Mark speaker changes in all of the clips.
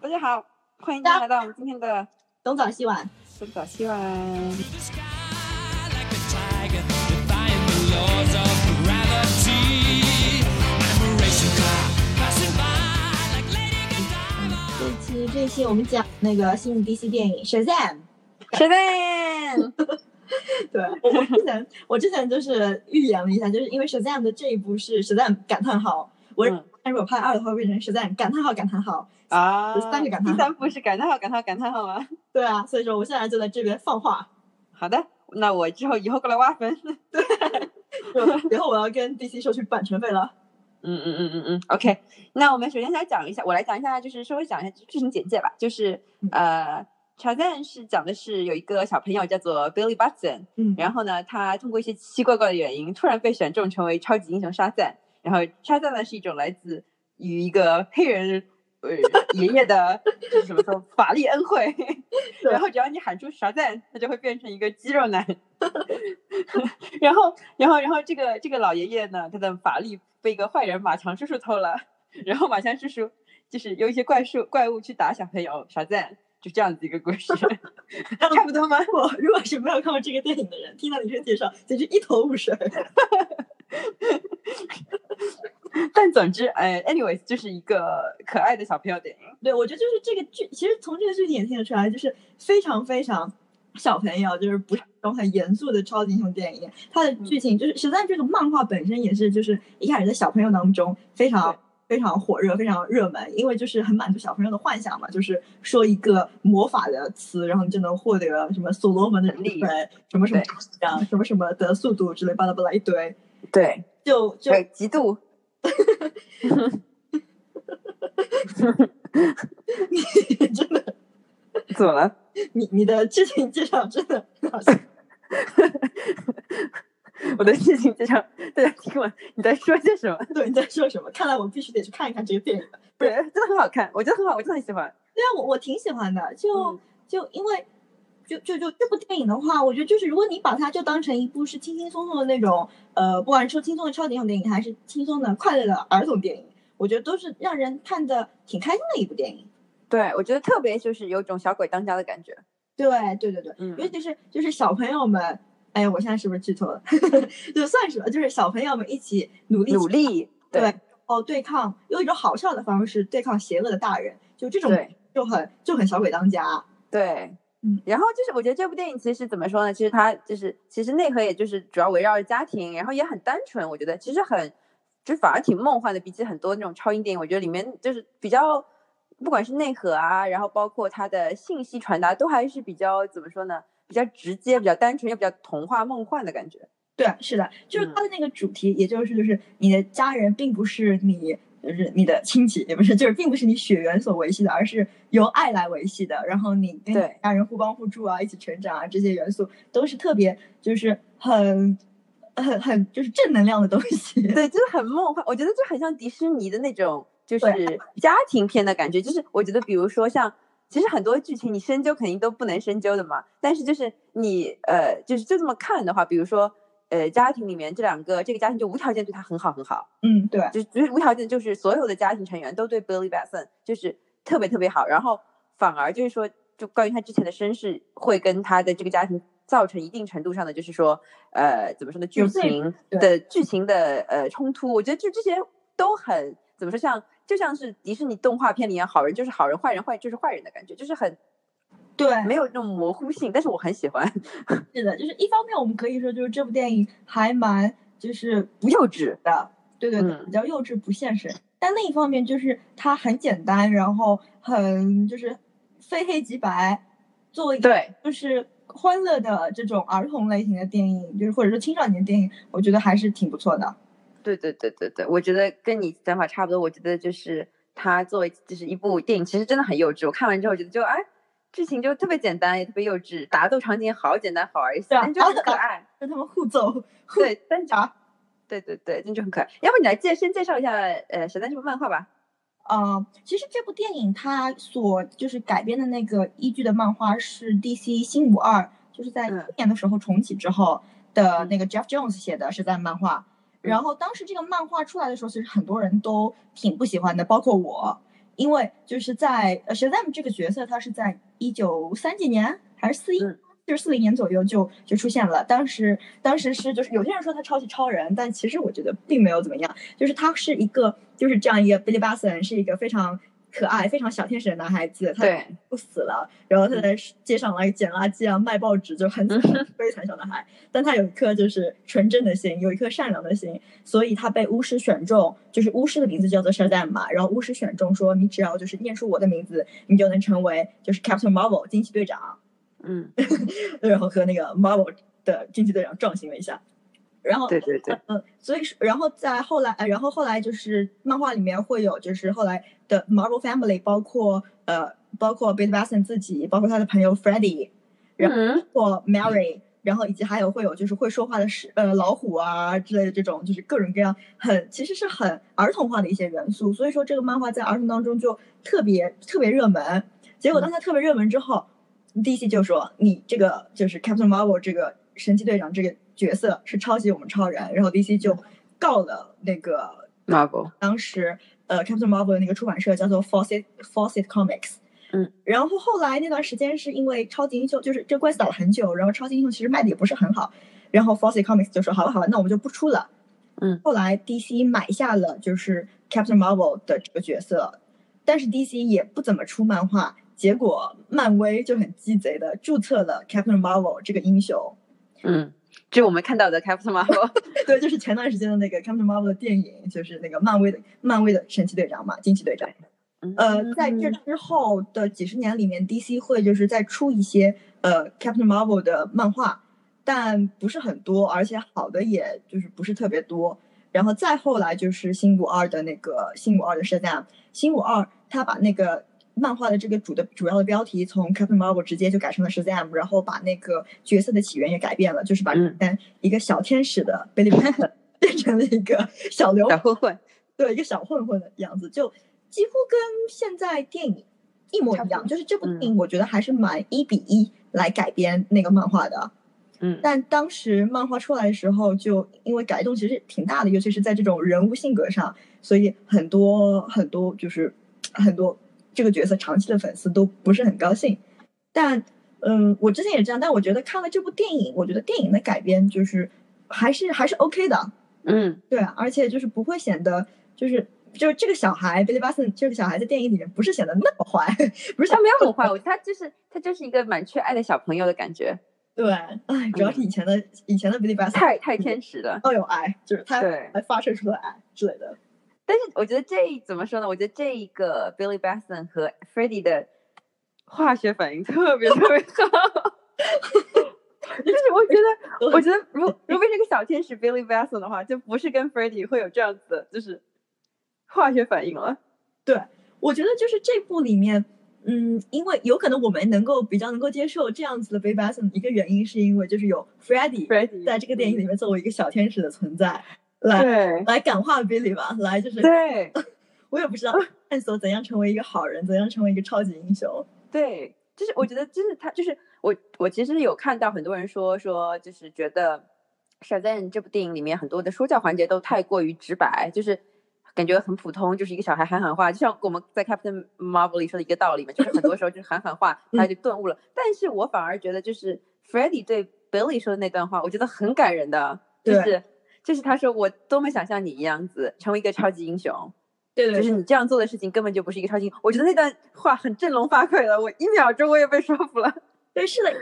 Speaker 1: 大家好，欢迎大家来到我们今天的
Speaker 2: 东找西玩。
Speaker 1: 东找西玩。
Speaker 3: the sky like a tiger, defying the laws of gravity. I'm a racing car passing by like Lady Godiva.
Speaker 2: 这期这期我们讲那个新的 DC 电影《Shazam
Speaker 1: 谁在？》
Speaker 2: 对，我我之前我之前就是预言了一下，就是因为《Shazam》的这一部是《Shazam》感叹号，我
Speaker 1: 嗯
Speaker 2: 但是我拍二的话会变成《Shazam》感叹号感叹号。
Speaker 1: 啊，
Speaker 2: 有三个感叹号
Speaker 1: 第三步是感叹号，感叹号，感叹号吗？
Speaker 2: 对啊，所以说我现在就在这边放话，
Speaker 1: 好的，那我之后以后过来挖坟。
Speaker 2: 就以后我要跟 DC 收取版权费了。
Speaker 1: 嗯嗯嗯嗯嗯，OK。那我们首先来讲一下，我来讲一下，就是稍微讲一下剧情简介吧。就是
Speaker 2: 嗯
Speaker 1: 呃，查赞是讲的是有一个小朋友叫做 Billy Batson，
Speaker 2: 嗯，
Speaker 1: 然后呢，他通过一些奇奇怪怪的原因，突然被选中成为超级英雄沙赞。然后沙赞呢是一种来自于一个黑人呃爷爷的，就是怎么说法力恩惠。
Speaker 2: 对
Speaker 1: 然后只要你喊出沙赞，他就会变成一个肌肉男。 然后，然后，然后这个这个老爷爷呢，他的法力被一个坏人马强叔叔偷了。 然后马强叔叔就是用一些怪兽怪物去打小朋友沙赞，就这样子一个故事， 差不多吗？
Speaker 2: 我 如果是没有看过这个电影的人，听到你这介绍，简直一头雾水。
Speaker 1: 但总之，哎，anyways，就是一个可爱的小朋友电影。
Speaker 2: 对，我觉得就是这个剧，其实从这个剧情也听得出来，就是非常非常小朋友，就是不是那种很严肃的超级英雄电影。它
Speaker 1: 嗯
Speaker 2: 的剧情就是，实在这个漫画本身也是，就是一开始在小朋友当中非常
Speaker 1: 对。
Speaker 2: 非常火热，非常热门，因为就是很满足小朋友的幻想嘛，就是说一个魔法的词，然后你就能获得什么所罗门的
Speaker 1: 能力
Speaker 2: 力，什么什么
Speaker 1: 对
Speaker 2: 这样，什么什么的速度之类，巴拉巴拉一堆，
Speaker 1: 对，
Speaker 2: 就就
Speaker 1: 对，极度。
Speaker 2: 真的，
Speaker 1: 怎么了？
Speaker 2: 你你的剧情介绍真的很好笑，
Speaker 1: 我的事情就像大家听完你在说些什么？
Speaker 2: 对，你在说什么？看来我必须得去看一看这个电影。
Speaker 1: 对，真的很好看，我觉得很好，我真的很喜欢。
Speaker 2: 对啊，我我挺喜欢的，就、
Speaker 1: 嗯
Speaker 2: 就因为就就就这部电影的话，我觉得就是如果你把它就当成一部是轻轻松松的那种，呃，不管是说轻松的超级英雄电影，还是轻松的快乐的儿童电影，我觉得都是让人看的挺开心的一部电影。
Speaker 1: 对，我觉得特别就是有种小鬼当家的感觉。
Speaker 2: 对对对对，
Speaker 1: 嗯
Speaker 2: 尤其是就是小朋友们，哎呀，我现在是不是剧透了？ 就算是吧，就是小朋友们一起努力
Speaker 1: 努力，
Speaker 2: 对，哦，对抗用一种好笑的方式对抗邪恶的大人，就这种
Speaker 1: 对
Speaker 2: 就很就很小鬼当家。
Speaker 1: 对，
Speaker 2: 嗯。
Speaker 1: 然后就是，我觉得这部电影其实怎么说呢？其实它就是，其实内核也就是主要围绕着家庭，然后也很单纯。我觉得其实很，就反而挺梦幻的。比起很多那种超英电影，我觉得里面就是比较，不管是内核啊，然后包括它的信息传达，都还是比较怎么说呢？比较直接，比较单纯，又比较童话梦幻的感觉。
Speaker 2: 对，是的，就是
Speaker 1: 嗯
Speaker 2: 他的那个主题，也就是就是你的家人并不是你，呃就是你的亲戚，也不是，就是并不是你血缘所维系的，而是由爱来维系的。然后你跟
Speaker 1: 对
Speaker 2: 家人互帮互助啊，一起成长啊，这些元素都是特别就是很很很就是正能量的东西。
Speaker 1: 对，就是很梦幻，我觉得就很像迪士尼的那种，就
Speaker 2: 对
Speaker 1: 是家庭片的感觉。就是我觉得，比如说像，其实很多剧情你深究肯定都不能深究的嘛，但是就是你呃，就是就这么看的话，比如说呃，家庭里面这两个，这个家庭就无条件对他很好很好，
Speaker 2: 嗯，对，
Speaker 1: 就就是无条件就是所有的家庭成员都对 Billy Batson 就是特别特别好，然后反而就是说，就关于他之前的身世，会跟他的这个家庭造成一定程度上的，就是说，呃，怎么说呢，剧
Speaker 2: 有内
Speaker 1: 情
Speaker 2: 对
Speaker 1: 的剧情的呃冲突，我觉得就这些都很怎么说，像就像是迪士尼动画片里一样，好人就是好人，坏人坏就是坏人的感觉，就是很
Speaker 2: 对，
Speaker 1: 没有那种模糊性，但是我很喜欢，
Speaker 2: 是的，就是一方面我们可以说，就是这部电影还蛮就是
Speaker 1: 不幼稚，
Speaker 2: 的，对对对，
Speaker 1: 嗯
Speaker 2: 比较幼稚不现实。但另一方面就是它很简单，然后很就是非黑即白，作为一个
Speaker 1: 对
Speaker 2: 就是欢乐的这种儿童类型的电影，就是或者说青少年电影，我觉得还是挺不错的。
Speaker 1: 对对对对对，我觉得跟你想法差不多。我觉得就是它作为就是一部电影，其实真的很幼稚。我看完之后觉得就哎，剧情就特别简单，也特别幼稚，打斗场景也好简单好儿戏，
Speaker 2: 对啊
Speaker 1: 但就很可爱。
Speaker 2: 跟他们互揍，
Speaker 1: 对，但就
Speaker 2: 啥
Speaker 1: 对对对，那就很可爱。要不你来介先介绍一下呃《神探》这部漫画吧？
Speaker 2: 呃，其实这部电影它所就是改编的那个依据的漫画是 DC 新五二，就是在
Speaker 1: 嗯
Speaker 2: 一年的时候重启之后的
Speaker 1: 嗯
Speaker 2: 那个 Jeff Jones 写的是在漫画。
Speaker 1: 嗯
Speaker 2: 然后当时这个漫画出来的时候，其实很多人都挺不喜欢的，包括我。因为就是在呃 Shazam 这个角色，他是在一九三几年还是四一、
Speaker 1: 嗯
Speaker 2: 就是四零年左右就就出现了。当时当时是就是有些人说他抄袭超人，但其实我觉得并没有怎么样。就是他是一个就是这样一个 Billy Batson 是一个非常可爱、非常小天使的男孩子，他
Speaker 1: 对，
Speaker 2: 不死了，然后他在街上来捡垃圾啊、卖报纸，就很惨悲惨小男孩。但他有一颗就是纯真的心，有一颗善良的心，所以他被巫师选中，就是巫师的名字叫做 Shazam 嘛。然后巫师选中说，你只要就是念出我的名字，你就能成为就是 Captain Marvel 惊奇队长，
Speaker 1: 嗯，
Speaker 2: 然后和那个 Marvel 的惊奇队长撞型了一下。然后
Speaker 1: 对对对，
Speaker 2: 嗯，所以是，然后在后来，呃，然后后来就是漫画里面会有，就是后来的 Marvel Family，包括呃，包括 Billy Batson 自己，包括他的朋友 Freddy，然后
Speaker 1: 嗯，
Speaker 2: 或 Mary，然后以及还有会有就是会说话的是呃老虎啊之类的这种，就是各种各样很其实是很儿童化的一些元素，所以说这个漫画在儿童当中就特别特别热门。结果当它特别热门之后、d c 就说你这个就是 Captain Marvel 这个神奇队长这个角色是抄袭我们超人，然后 DC 就告了那个
Speaker 1: Marvel，
Speaker 2: 当时呃 Captain Marvel 的那个出版社叫做 Fawcett Fawcett Comics。
Speaker 1: 嗯，
Speaker 2: 然后后来那段时间是因为超级英雄就是这官司打了很久，然后超级英雄其实卖的也不是很好，然后 Fawcett Comics 就说好吧好吧，那我们就不出了。
Speaker 1: 嗯，
Speaker 2: 后来 DC 买下了就是 Captain Marvel 的这个角色，但是 DC 也不怎么出漫画，结果漫威就很鸡贼的注册了 Captain Marvel 这个英雄，
Speaker 1: 嗯，就我们看到的 Captain Marvel，
Speaker 2: 对，就是前段时间的那个 Captain Marvel 的电影，就是那个漫威的漫威的神奇队长嘛，惊奇队长。
Speaker 1: 嗯
Speaker 2: 呃，在这之后的几十年里面，DC 会就是再出一些呃 Captain Marvel 的漫画，但不是很多，而且好的也就是不是特别多。然后再后来就是新五二的那个新五二的 Shazam，新五二他把那个漫画的这个主的主要的标题从 Captain Marvel 直接就改成了 Shazam，然后把那个角色的起源也改变了，就是把
Speaker 1: 嗯
Speaker 2: 一个小天使的 Billy Batson 变成了一个小流
Speaker 1: 小混混，
Speaker 2: 对，一个小混混的样子，就几乎跟现在电影一模一样。就是这部电影，我觉得还是蛮一比一来改编那个漫画的。
Speaker 1: 嗯
Speaker 2: 但当时漫画出来的时候，就因为改动其实挺大的，尤其是在这种人物性格上，所以很多很多就是很多这个角色长期的粉丝都不是很高兴。但嗯，我之前也这样，但我觉得看了这部电影，我觉得电影的改编就是还是还是 OK 的。
Speaker 1: 嗯，
Speaker 2: 对，而且就是不会显得就是就是这个小孩 Billy Batson 这个小孩在电影里面不是显得那么坏， 不是
Speaker 1: 他
Speaker 2: 像
Speaker 1: 没有很坏，我他就是他就是一个蛮缺爱的小朋友的感觉，
Speaker 2: 对，哎，主要是以前的、以前的 Billy Batson
Speaker 1: 太太天使了。
Speaker 2: 要有爱，就是他
Speaker 1: 对
Speaker 2: 还发射出了爱之类的。
Speaker 1: 但是我觉得这怎么说呢？我觉得这一个 Billy Batson 和 Freddie 的化学反应特别特别好。就是我觉 得，我觉得如如果是个小天使 Billy Batson 的话，就不是跟 Freddie 会有这样子的，就是化学反应了。
Speaker 2: 我觉得就是这部里面，嗯，因为有可能我们能够比较能够接受这样子的 Billy Batson，一个原因是因为就是有 Freddy
Speaker 1: Freddie
Speaker 2: 在这个电影里面作为一个小天使的存在，来
Speaker 1: 对
Speaker 2: 来感化 Billy 吧，来就是
Speaker 1: 对
Speaker 2: 我也不知道探索怎样成为一个好人，怎样成为一个超级英雄。
Speaker 1: 对，就是我觉得，就是他，就是我，我其实有看到很多人说说，就是觉得《Shazam》这部电影里面很多的说教环节都太过于直白，就是感觉很普通，就是一个小孩喊喊话，就像我们在《Captain Marvel》里说的一个道理嘛，就是很多时候就是喊喊话，他就顿悟了。但是我反而觉得，就是 Freddy 对 Billy 说的那段话，我觉得很感人的，就
Speaker 2: 对
Speaker 1: 是。就是他说我多么想像你一样子成为一个超级英雄，
Speaker 2: 对
Speaker 1: 就是你这样做的事情根本就不是一个超级。我觉得那段话很振聋发聩了，我一秒钟我也被说服了。
Speaker 2: 对，是的，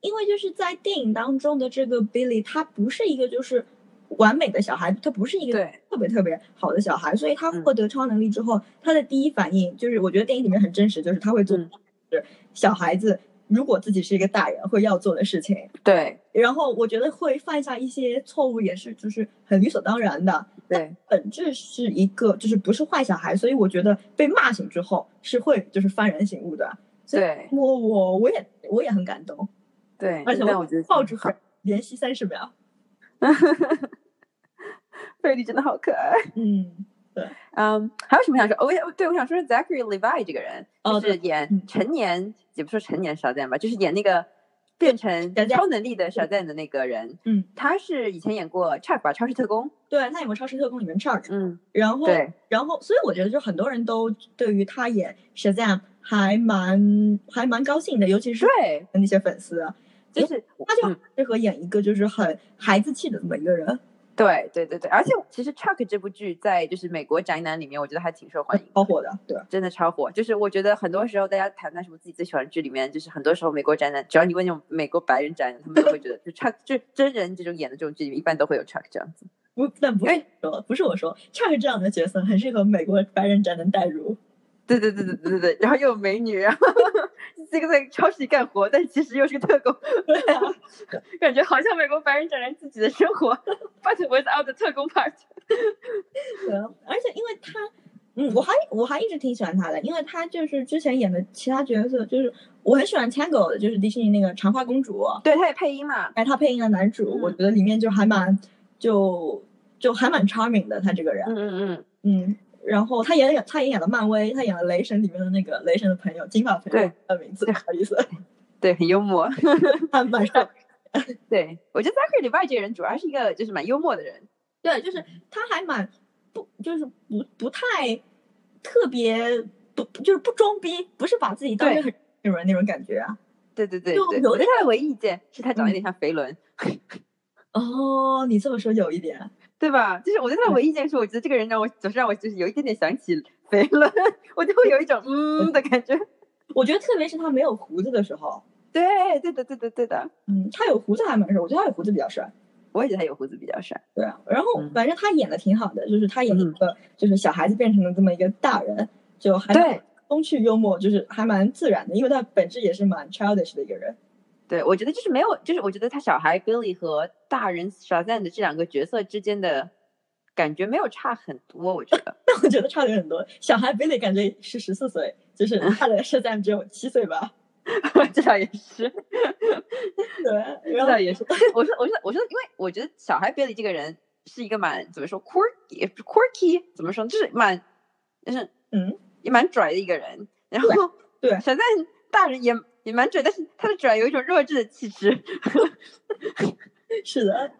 Speaker 2: 因为就是在电影当中的这个 Billy，他不是一个就是完美的小孩，他不是一个
Speaker 1: 对
Speaker 2: 特别特别好的小孩，所以他
Speaker 1: 嗯
Speaker 2: 获得超能力之后，他的第一反应就是，我觉得电影里面很真实，就是他会做
Speaker 1: 嗯
Speaker 2: 就是小孩子如果自己是一个大人会要做的事情，
Speaker 1: 对
Speaker 2: 然后我觉得会犯下一些错误，也是就是很理所当然的。
Speaker 1: 对
Speaker 2: 本质是一个就是不是坏小孩，所以我觉得被骂醒之后是会就是幡然醒悟的。所以
Speaker 1: 对
Speaker 2: 我我我也我也很感动。
Speaker 1: 对，
Speaker 2: 而且
Speaker 1: 那我觉得
Speaker 2: 抱住他连吸三十秒。
Speaker 1: 贝利真的好可爱。
Speaker 2: 嗯，
Speaker 1: 嗯，还有什么想说？哦，我也对，我想说 Zachary Levi 这个人，
Speaker 2: 哦
Speaker 1: 就是演
Speaker 2: 嗯
Speaker 1: 成年，也不说成年少见吧，就是演那个变成
Speaker 2: 小赞
Speaker 1: 超能力的小赞的那个人，
Speaker 2: 嗯，
Speaker 1: 他是以前演过《差吧超市特工》，
Speaker 2: 对，那有没有《超市特工》里面 Chuck？
Speaker 1: 嗯，
Speaker 2: 然后，
Speaker 1: 对，
Speaker 2: 然后，所以我觉得就很多人都对于他演 Shazam 还蛮还蛮高兴的，尤其是
Speaker 1: 对，
Speaker 2: 那些粉丝，
Speaker 1: 就是
Speaker 2: 他就
Speaker 1: 嗯
Speaker 2: 很适合演一个就是很孩子气的这么一个人，
Speaker 1: 对对对对，而且其实《Chuck》这部剧在就是美国宅男里面，我觉得还挺受欢迎的，
Speaker 2: 超火的，对。
Speaker 1: 真的超火。就是我觉得很多时候大家谈谈什么自己最喜欢的剧里面，就是很多时候美国宅男，只要你问那种美国白人宅男，他们都会觉得就 Chuck 就真人这种演的这种剧里面，一般都会有 Chuck 这样子。
Speaker 2: 不，但不
Speaker 1: 因
Speaker 2: 是
Speaker 1: 为
Speaker 2: 我说，不是我说，Chuck 这样的角色很适合美国白人宅男代 入。
Speaker 1: 对对对对对对对，然后又有美女，然后 这个在超市里干活，但其实又是个特工，
Speaker 2: 对啊，
Speaker 1: 感觉好像美国白人宅男自己的生活 ，but without the 特工 part。
Speaker 2: 对啊，而且因为他，嗯，我还我还一直挺喜欢他的，因为他就是之前演的其他角色，就是我很喜欢 Tango 的，就是迪士尼那个长发公主，
Speaker 1: 对，他也配音嘛，
Speaker 2: 哎，他配音的男主，
Speaker 1: 嗯
Speaker 2: 我觉得里面就还蛮就就还蛮 charming 的，他这个人，
Speaker 1: 嗯嗯嗯，
Speaker 2: 嗯。然后他也演，他也演了漫威，他演了雷神里面的那个雷神的朋友，金发朋友
Speaker 1: 对
Speaker 2: 的名字，不
Speaker 1: 对
Speaker 2: 好意思，
Speaker 1: 对，很幽默。
Speaker 2: 还蛮上。
Speaker 1: 对我觉得 Zachary Levi 这个人主要是一个就是蛮幽默的人。
Speaker 2: 对，就是他还蛮不，就是不不太特别不，就是不装逼，不是把自己当
Speaker 1: 对
Speaker 2: 成很那种人那种感觉啊。
Speaker 1: 对对对
Speaker 2: 就
Speaker 1: 对，
Speaker 2: 有嗯
Speaker 1: 我对他的唯一意见是他长得有点像肥伦，
Speaker 2: 哦，你这么说有一点，
Speaker 1: 对吧？就是我对他的
Speaker 2: 对
Speaker 1: 唯一意见是，我觉得这个人让我总是让我就是有一点点想起肥伦， 我就会有一种嗯的感觉。
Speaker 2: 我觉得特别是他没有胡子的时候，
Speaker 1: 对对的对的对的，
Speaker 2: 嗯，他有胡子还蛮帅，我觉得他有胡子比较帅。
Speaker 1: 我也觉得他有胡子比较帅。
Speaker 2: 对啊，然后
Speaker 1: 嗯
Speaker 2: 反正他演的挺好的，就是他演一
Speaker 1: 嗯
Speaker 2: 个、就是小孩子变成了这么一个大人，就还蛮
Speaker 1: 对
Speaker 2: 风趣幽默，就是还蛮自然的，因为他本质也是蛮 childish 的一个人。
Speaker 1: 对，我觉得就是没有，就是我觉得他小孩 Billy 和大人 Shazam 的这两个角色之间的感觉没有差很多，我觉得。
Speaker 2: 但我觉得差的有很多，小孩 Billy 感觉是十四岁， 就是他的设赞只有七岁吧。
Speaker 1: 这倒也是，
Speaker 2: 对，
Speaker 1: 这
Speaker 2: 然后
Speaker 1: 倒也是。我说我说我说，因为我觉得小孩 Billy 这个人是一个蛮怎么说 quirky 也不是 quirky 怎么说，就是蛮就是
Speaker 2: 嗯，
Speaker 1: 也蛮拽的一个人。然后
Speaker 2: 对对
Speaker 1: 小赞大人也也蛮拽，但是他的拽有一种弱智的气质。
Speaker 2: 是的。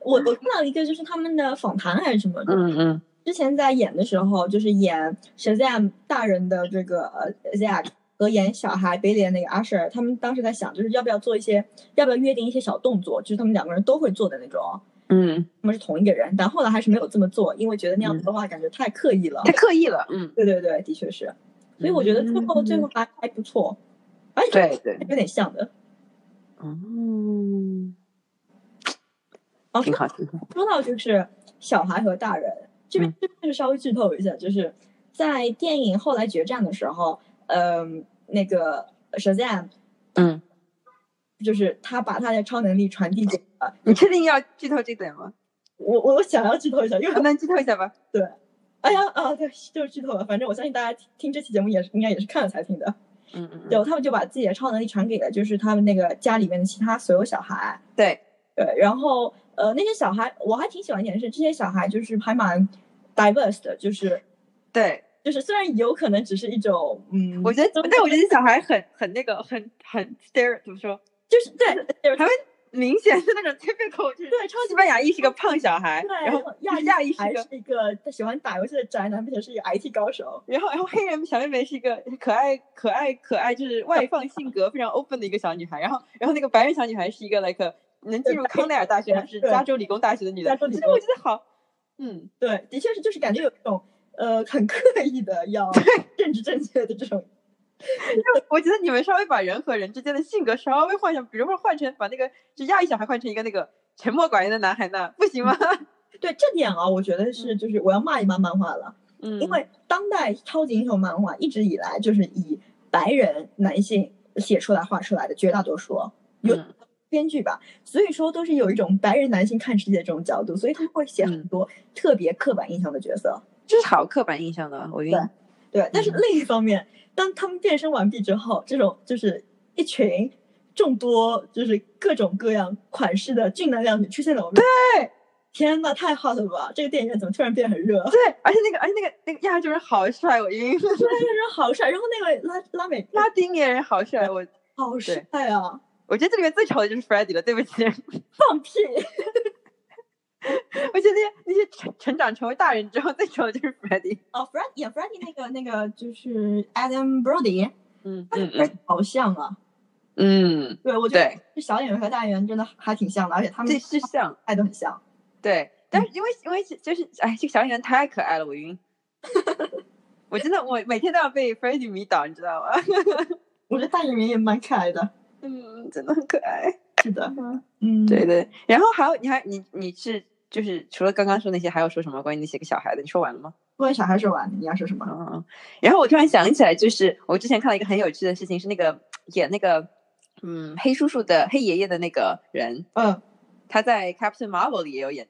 Speaker 2: 我我看到一个就是他们的访谈还是什么，
Speaker 1: 嗯嗯，
Speaker 2: 之前在演的时候，就是演 Shazam 大人的这个呃 Zack 和演小孩 Billy 的那个 Usher，他们当时在想，就是要不要做一些，要不要约定一些小动作，就是他们两个人都会做的那种。
Speaker 1: 嗯，
Speaker 2: 他们是同一个人，但后来还是没有这么做，因为觉得那样子的话感觉太刻意了。
Speaker 1: 太刻意了。嗯，
Speaker 2: 对对对，的确是。所以我觉得最后最后还还不错，而且
Speaker 1: 对对，
Speaker 2: 有点像的。
Speaker 1: 哦嗯，
Speaker 2: 哦，
Speaker 1: 挺好挺好。
Speaker 2: 说到就是小孩和大人，这边
Speaker 1: 嗯
Speaker 2: 这边就是稍微剧透一下，就是在电影后来决战的时候，嗯、那个 Shazam
Speaker 1: 嗯，
Speaker 2: 就是他把他的超能力传递给了
Speaker 1: 你确定要剧透这点吗？
Speaker 2: 我，我我想要剧透一下，因为
Speaker 1: 啊那剧透一下吧。
Speaker 2: 哎呀啊，对，就是剧透了。反正我相信大家听听这期节目也是应该也是看了才听的。
Speaker 1: 嗯嗯嗯，
Speaker 2: 对，他们就把自己的超能力传给了就是他们那个家里面的其他所有小孩。
Speaker 1: 对，
Speaker 2: 对，然后呃，那些小孩我还挺喜欢一点是，这些小孩就是还蛮 diverse 的，就是
Speaker 1: 对，
Speaker 2: 就是虽然有可能只是一种嗯，
Speaker 1: 我觉得，但我觉得小孩很很那个，很很 stare 怎么说？
Speaker 2: 就是对对
Speaker 1: 他们明显是那种 typical，就是
Speaker 2: 对，超级
Speaker 1: 西班牙裔是个胖小孩，
Speaker 2: 对，
Speaker 1: 然后
Speaker 2: 亚裔
Speaker 1: 亚裔是
Speaker 2: 还
Speaker 1: 个
Speaker 2: 是一个喜欢打游戏的宅男，并且是一个 IT 高手。
Speaker 1: 然后，然后黑人小妹妹是一个可爱、可爱、可爱，就是外放性格非常 open 的一个小女孩。然后，然后那个白人小女孩是一个 like 能进入康奈尔大学还是加州理工大学的女的
Speaker 2: 加，州理
Speaker 1: 这
Speaker 2: 工
Speaker 1: 个我觉得好，嗯，
Speaker 2: 对，的确是，就是感觉有一种呃很刻意的要 政治正确的这种。
Speaker 1: 我觉得你们稍微把人和人之间的性格稍微换一下，比如说换成把那个就亚裔小孩换成一个那个沉默寡言的男孩呢，不行吗？
Speaker 2: 对这点啊，我觉得是就是我要骂一骂漫画了，
Speaker 1: 嗯，
Speaker 2: 因为当代超级英雄漫画一直以来就是以白人男性写出来画出来的绝大多数。有
Speaker 1: 嗯
Speaker 2: 编剧吧，所以说都是有一种白人男性看世界这种角度，所以他们会写很
Speaker 1: 嗯
Speaker 2: 多特别刻板印象的角色。
Speaker 1: 这是好刻板印象的，我觉
Speaker 2: 对
Speaker 1: 得。
Speaker 2: 对，但是
Speaker 1: 嗯
Speaker 2: 另一方面，当他们变身完毕之后，这种就是一群众多就是各种各样款式的俊男靓女出现了我们。对，天呐，太 hot 了吧！这个电影院怎么突然变很热？
Speaker 1: 对，而且那个，而且那个那个亚洲人好帅，我晕；
Speaker 2: 突然变成好帅，然后那位拉拉美
Speaker 1: 拉丁裔人好帅，我
Speaker 2: 好帅
Speaker 1: 对
Speaker 2: 啊！
Speaker 1: 我觉得这里面最丑的就是 Freddy 了，对不起。
Speaker 2: 放屁！
Speaker 1: 我觉得那些那些成成长成为大人之后最丑的就是 Freddy。
Speaker 2: 哦，Fred 演 Freddy 那个那个就是 Adam Brody，
Speaker 1: 嗯
Speaker 2: 他 跟 Freddy 好像啊。
Speaker 1: 嗯，
Speaker 2: 对，我觉得
Speaker 1: 对
Speaker 2: 这小演员和大演员真的还挺像的，而且他们
Speaker 1: 这是像
Speaker 2: 爱都很像。
Speaker 1: 对，但是因为因为就是哎，这个小演员太可爱了，我晕。 我真的我每天都要被 Freddy 迷倒，你知道吗？
Speaker 2: 我觉得大演员也蛮可爱的。
Speaker 1: 嗯，真的很可爱。
Speaker 2: 是的，嗯，
Speaker 1: 对对，然后还有你还你你是就是除了刚刚说那些，还有说什么关于那些个小孩的？你说完了吗？
Speaker 2: 不管小孩说完，你要说什么？
Speaker 1: 嗯，然后我突然想起来，就是我之前看到一个很有趣的事情，是那个演那个嗯黑叔叔的黑爷爷的那个人，
Speaker 2: 嗯，
Speaker 1: 他在 Captain Marvel 里也有演。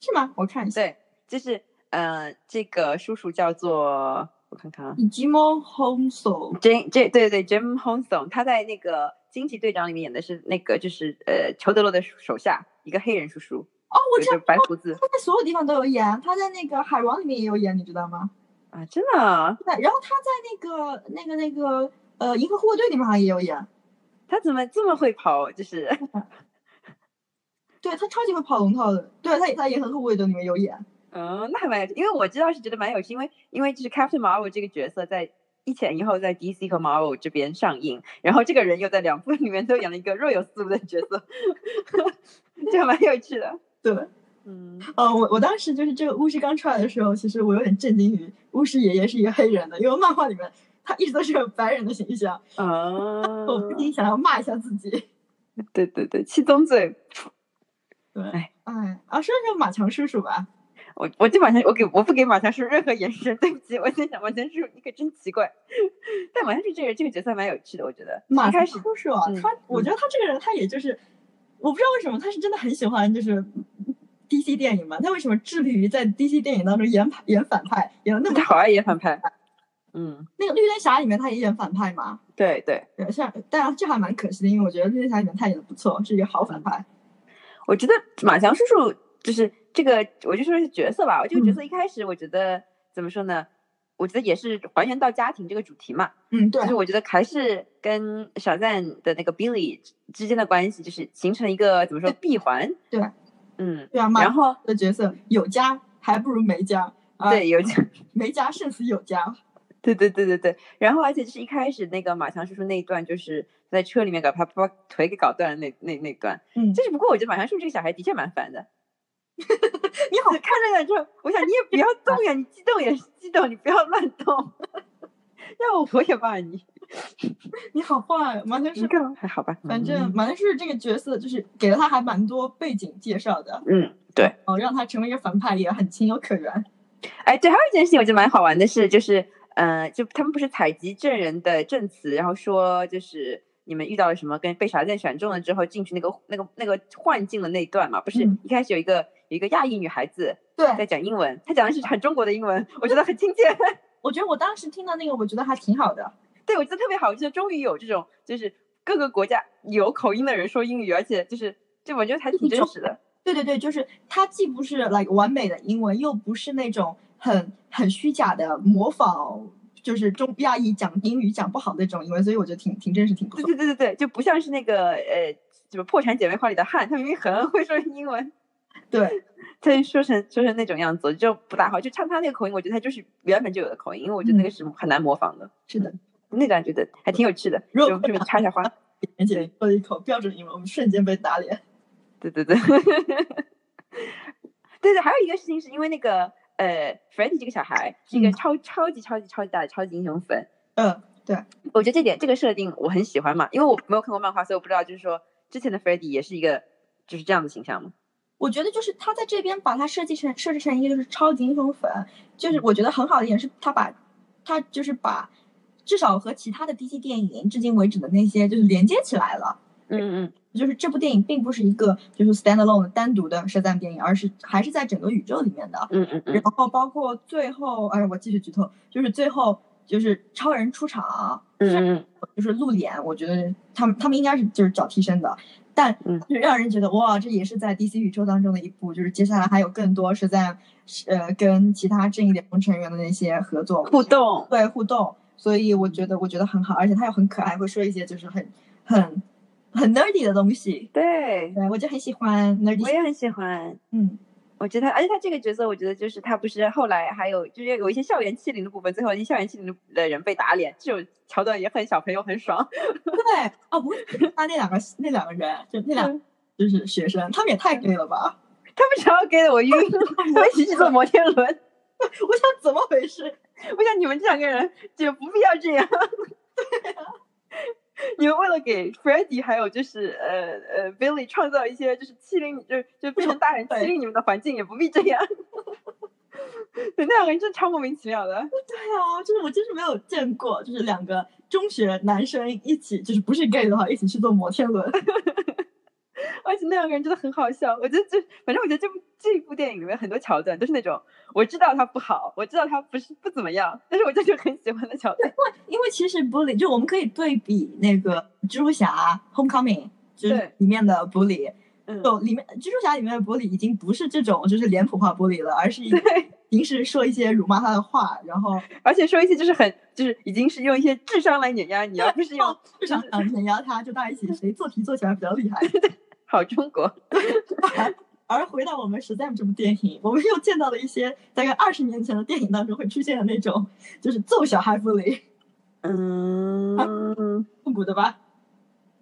Speaker 2: 是吗？我看一下。
Speaker 1: 对，就是呃，这个叔叔叫做我看看啊
Speaker 2: j i m o Homso，
Speaker 1: ，J J 对对，Jim h o n s o n 他在那个《惊奇队长》里面演的是那个就是呃裘德洛的手下一个黑人叔叔，
Speaker 2: 哦，我知
Speaker 1: 就
Speaker 2: 道
Speaker 1: 是白胡子
Speaker 2: 他在所有地方都有演，他在那个《海王》里面也有演，你知道吗？
Speaker 1: 啊，真的啊，
Speaker 2: 对，然后他在那个那个那个呃《银河护卫队》里面好像也有演，
Speaker 1: 他怎么这么会跑？就是
Speaker 2: 对他超级会跑龙套的，对他也在《银河护卫队》里面有演，
Speaker 1: 嗯，那还蛮有趣，因为我知道是觉得蛮有趣，因为因为就是 Captain Marvel 这个角色在一前一后在 DC 和 Marvel 这边上映，然后这个人又在两部里面都演了一个若有似无的角色， 这还蛮有趣的。
Speaker 2: 对，
Speaker 1: 嗯，
Speaker 2: 呃，我我当时就是这个巫师刚出来的时候，其实我有点震惊于巫师爷爷是一个黑人的，因为漫画里面他一直都是个白人的形象，
Speaker 1: 哦
Speaker 2: 我不禁想要骂一下自己。
Speaker 1: 对对对，七宗罪，
Speaker 2: 对
Speaker 1: 哎，
Speaker 2: 哎，啊，说说马强叔叔吧，
Speaker 1: 我我对马强，我给我不给马强叔任何眼神，对不起，我在想马强叔你可真奇怪， 但马强叔这个这个角色还蛮有趣的，我觉得
Speaker 2: 马
Speaker 1: 一
Speaker 2: 强
Speaker 1: 开始
Speaker 2: 叔叔啊，
Speaker 1: 嗯
Speaker 2: 他我觉得他这个人他也就是，我不知道为什么他是真的很喜欢就是。DC 电影嘛，他为什么致力于在 DC 电影当中演演反派，演了那么
Speaker 1: 他好爱演啊反派，嗯，
Speaker 2: 那个绿灯侠里面他也演反派嘛？
Speaker 1: 对对。
Speaker 2: 对，像但这还蛮可惜的，因为我觉得绿灯侠里面他演的不错，是一个好反派。
Speaker 1: 我觉得马强叔叔就是这个，我就说是角色吧。我这
Speaker 2: 嗯
Speaker 1: 个角色一开始我觉得、怎么说呢？我觉得也是还原到家庭这个主题嘛，
Speaker 2: 嗯，对
Speaker 1: 就，是我觉得还是跟小赞的那个 Billy 之间的关系，就是形成了一个怎么说闭环。
Speaker 2: 对，
Speaker 1: 嗯，
Speaker 2: 对啊，马
Speaker 1: 然后
Speaker 2: 的角色有家还不如没家，啊、，
Speaker 1: 对有
Speaker 2: 没家胜似有家。
Speaker 1: 对对对对对，然后而且就是一开始那个马强叔叔那一段，就是在车里面搞他把腿给搞断了那那那段，
Speaker 2: 嗯
Speaker 1: 就是不过我觉得马强叔叔这个小孩的确蛮烦的。
Speaker 2: 你好
Speaker 1: 看着看着，我想你也不要动呀，你激动也是激动，你不要乱动， 要我我也骂你。
Speaker 2: 你好坏，啊完全
Speaker 1: 你
Speaker 2: 是，
Speaker 1: 干嘛？还好吧，
Speaker 2: 反正完全是这个角色就是给了他还蛮多背景介绍的，
Speaker 1: 嗯，对，
Speaker 2: 哦，让他成为一个反派也很情有可原。
Speaker 1: 哎，对，还有一件事情我觉得蛮好玩的是，就是呃，就他们不是采集证人的证词，然后说就是。你们遇到了什么？跟被傻蛋选中了之后，进去那个那个那个幻境的那一段嘛，不是
Speaker 2: 嗯
Speaker 1: 一开始有一个有一个亚裔女孩子在
Speaker 2: 对，
Speaker 1: 讲英文，她讲的是很中国的英文，我觉得很亲切。
Speaker 2: 我觉得我当时听到那个，我觉得还挺好的。
Speaker 1: 对，我觉得特别好，就是终于有这种就是各个国家有口音的人说英语，而且就是这我觉得还挺真实的。
Speaker 2: 对对对，就是它既不是 like 完美的英文，又不是那种很很虚假的模仿，就是中亚裔讲英语讲不好的那种英文，所以我觉得挺挺真实，挺不
Speaker 1: 对
Speaker 2: 错。
Speaker 1: 对对对对，就不像是那个呃什么破产姐妹花里的汉，他明明很会说英文，
Speaker 2: 对，
Speaker 1: 他就说成说成那种样子就不大好。就唱他那个口音，我觉得他就是原本就有的口音，因为我觉得那个是很难模仿的。
Speaker 2: 是的，
Speaker 1: 那段觉得还挺有趣的，
Speaker 2: 如
Speaker 1: 就
Speaker 2: 果
Speaker 1: 顺便插一下花。
Speaker 2: 而且说了一口标准英文，我们瞬间被打脸。
Speaker 1: 对对 对，对对，还有一个事情是因为那个呃 Freddy 这个小孩是一个
Speaker 2: 嗯
Speaker 1: 超、超级超级超级大的超级英雄粉，
Speaker 2: 嗯，
Speaker 1: 我觉得这点这个设定我很喜欢嘛，因为我没有看过漫画，所以我不知道，就是说之前的 Freddy 也是一个就是这样的形象嘛。
Speaker 2: 我觉得就是他在这边把它设计成设置成一个就是超级英雄粉，就是我觉得很好的一点是他把，他就是把。至少和其他的 DC 电影至今为止的那些就是连接起来了，
Speaker 1: 嗯嗯
Speaker 2: 就是这部电影并不是一个就是 standalone 的单独的圣诞电影，而是还是在整个宇宙里面的。
Speaker 1: 嗯嗯
Speaker 2: 然
Speaker 1: 嗯，
Speaker 2: 后包括最后，哎，我继续剧透，就是最后就是超人出场，
Speaker 1: 嗯嗯
Speaker 2: 就是露脸，我觉得他们他们应该是就是找替身的，但
Speaker 1: 嗯
Speaker 2: 就是让人觉得哇，这也是在 DC 宇宙当中的一部，就是接下来还有更多是在呃跟其他正义联盟成员的那些合作
Speaker 1: 嗯，互动，
Speaker 2: 对互动，所以我觉得我觉得很好，而且他又很可爱，会说一些就是很很很 nerdy 的东西。
Speaker 1: 对，
Speaker 2: 对，我就很喜欢 nerdy
Speaker 1: 我。也很喜欢。
Speaker 2: 嗯，
Speaker 1: 我觉得他，而且他这个角色，我觉得就是他不是后来还有就是有一些校园欺凌的部分，最后一些校园欺凌的人被打脸，这种桥段也很小朋友很爽。
Speaker 2: 对，哦，不会，他那两个那两个人，就
Speaker 1: 啊嗯
Speaker 2: 那两就是学生，他们也太 gay 了吧？
Speaker 1: 他们只要给了我晕， 我一起去坐摩天轮。
Speaker 2: 我想怎么回事？
Speaker 1: 我想你们这两个人就不必要这样。 你们为了给 Freddy 还有就是呃呃 Billy 创造一些就是欺凌，就就变成大人欺
Speaker 2: 对
Speaker 1: 凌你们的环境，也不必这样。 对，那两个人真的超莫名其妙的。
Speaker 2: 对啊，就是我真是没有见过，就是两个中学男生一起，就是不是 gay 的话，一起去坐摩天轮。
Speaker 1: 而且那两个人真的很好笑。我觉得就反正我觉得这部这部电影里面很多桥段都是那种我知道他不好，我知道他不是不怎么样，但是我就是很喜欢的桥段。
Speaker 2: 因为其实 bully 就我们可以对比那个蜘蛛侠 Homecoming，就是
Speaker 1: 对
Speaker 2: 里面的 bully，
Speaker 1: 嗯，
Speaker 2: 就里面蜘蛛侠里面的 bully 已经不是这种就是脸谱化 bully 了，而是 一
Speaker 1: 对，
Speaker 2: 平时说一些辱骂他的话，然后
Speaker 1: 而且说一些就是很就是已经是用一些智商来碾压你，而不是用
Speaker 2: 哦就想想碾压他，就大家一起谁做题做起来比较厉害。
Speaker 1: 好中国。
Speaker 2: 而回到我们《实在》这部电影，我们又见到了一些大概二十年前的电影当中会出现的那种，就是揍小孩 bully，
Speaker 1: 嗯，
Speaker 2: 痛苦的吧？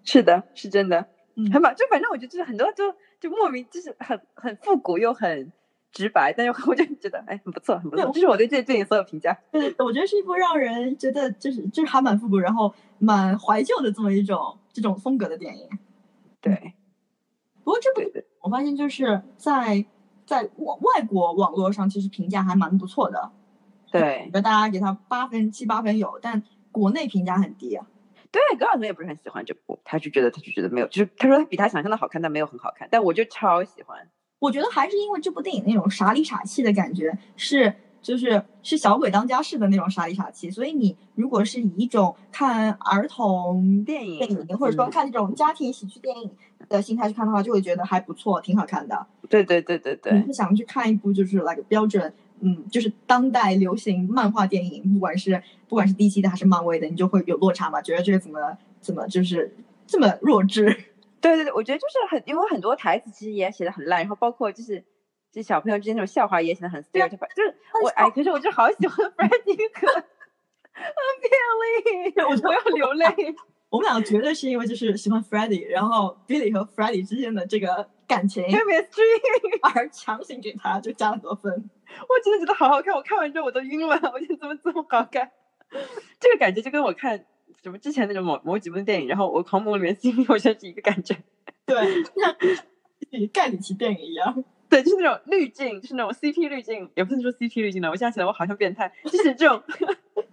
Speaker 1: 是的，是真的，
Speaker 2: 嗯，
Speaker 1: 很把就反正我觉得就是很多就就莫名就是很很复古又很直白，但是我就觉得哎很不错，很不错，
Speaker 2: 对
Speaker 1: 这是我对这电影所有评价。
Speaker 2: 对，我觉得是一部让人觉得就是就是还蛮复古，然后蛮怀旧的这么一种这种风格的电影。
Speaker 1: 对
Speaker 2: 不过这部
Speaker 1: 对对，
Speaker 2: 我发现就是在在外外国网络上其实评价还蛮不错的，我
Speaker 1: 对
Speaker 2: 觉得大家给它八分七八分有，但国内评价很低啊。
Speaker 1: 对，葛老师也不是很喜欢这部，他就觉得他就觉得没有，就是他说他比他想象的好看，但没有很好看，但我就超喜欢。
Speaker 2: 我觉得还是因为这部电影那种傻里傻气的感觉是。就是是小鬼当家式的那种傻里傻气，所以你如果是以一种看儿童
Speaker 1: 电影
Speaker 2: 电影，或者说
Speaker 1: 嗯
Speaker 2: 看这种家庭喜剧电影的心态去看的话，就会觉得还不错，挺好看的。
Speaker 1: 对对对对
Speaker 2: 你
Speaker 1: 对
Speaker 2: 是想去看一部就是 like 标准，嗯，就是当代流行漫画电影，不管是不管是 DC 的还是漫威的，你就会有落差嘛，觉得这个怎么怎么就是这么弱智。
Speaker 1: 对对对，我觉得就是很，因为很多台词其实也写的很烂，然后包括就是。就小朋友之间那种笑话也显得很
Speaker 2: 对啊
Speaker 1: stereotype，就是
Speaker 2: 但
Speaker 1: 我
Speaker 2: 是
Speaker 1: 哎，可是我就好喜欢 Freddie 和 Billy，
Speaker 2: 对我觉得
Speaker 1: 我要流 泪。
Speaker 2: 我们俩绝对是因为就是喜欢 Freddy，然后 Billy 和 Freddy 之间的这个感情
Speaker 1: Chemistry，
Speaker 2: 而强行给他就加了很多分。
Speaker 1: 我真的觉得好好看，我看完之后我都晕了，我觉得怎么这么好看？ 这个感觉就跟我看什么之前那种某某几部电影，然后我狂魔里面 心里我觉得是一个感觉。
Speaker 2: 对，像盖里奇电影一样。
Speaker 1: 对，就是那种滤镜，就是那种 CP 滤镜，也不能说 CP 滤镜了，我现在想来我好像变态，就是这种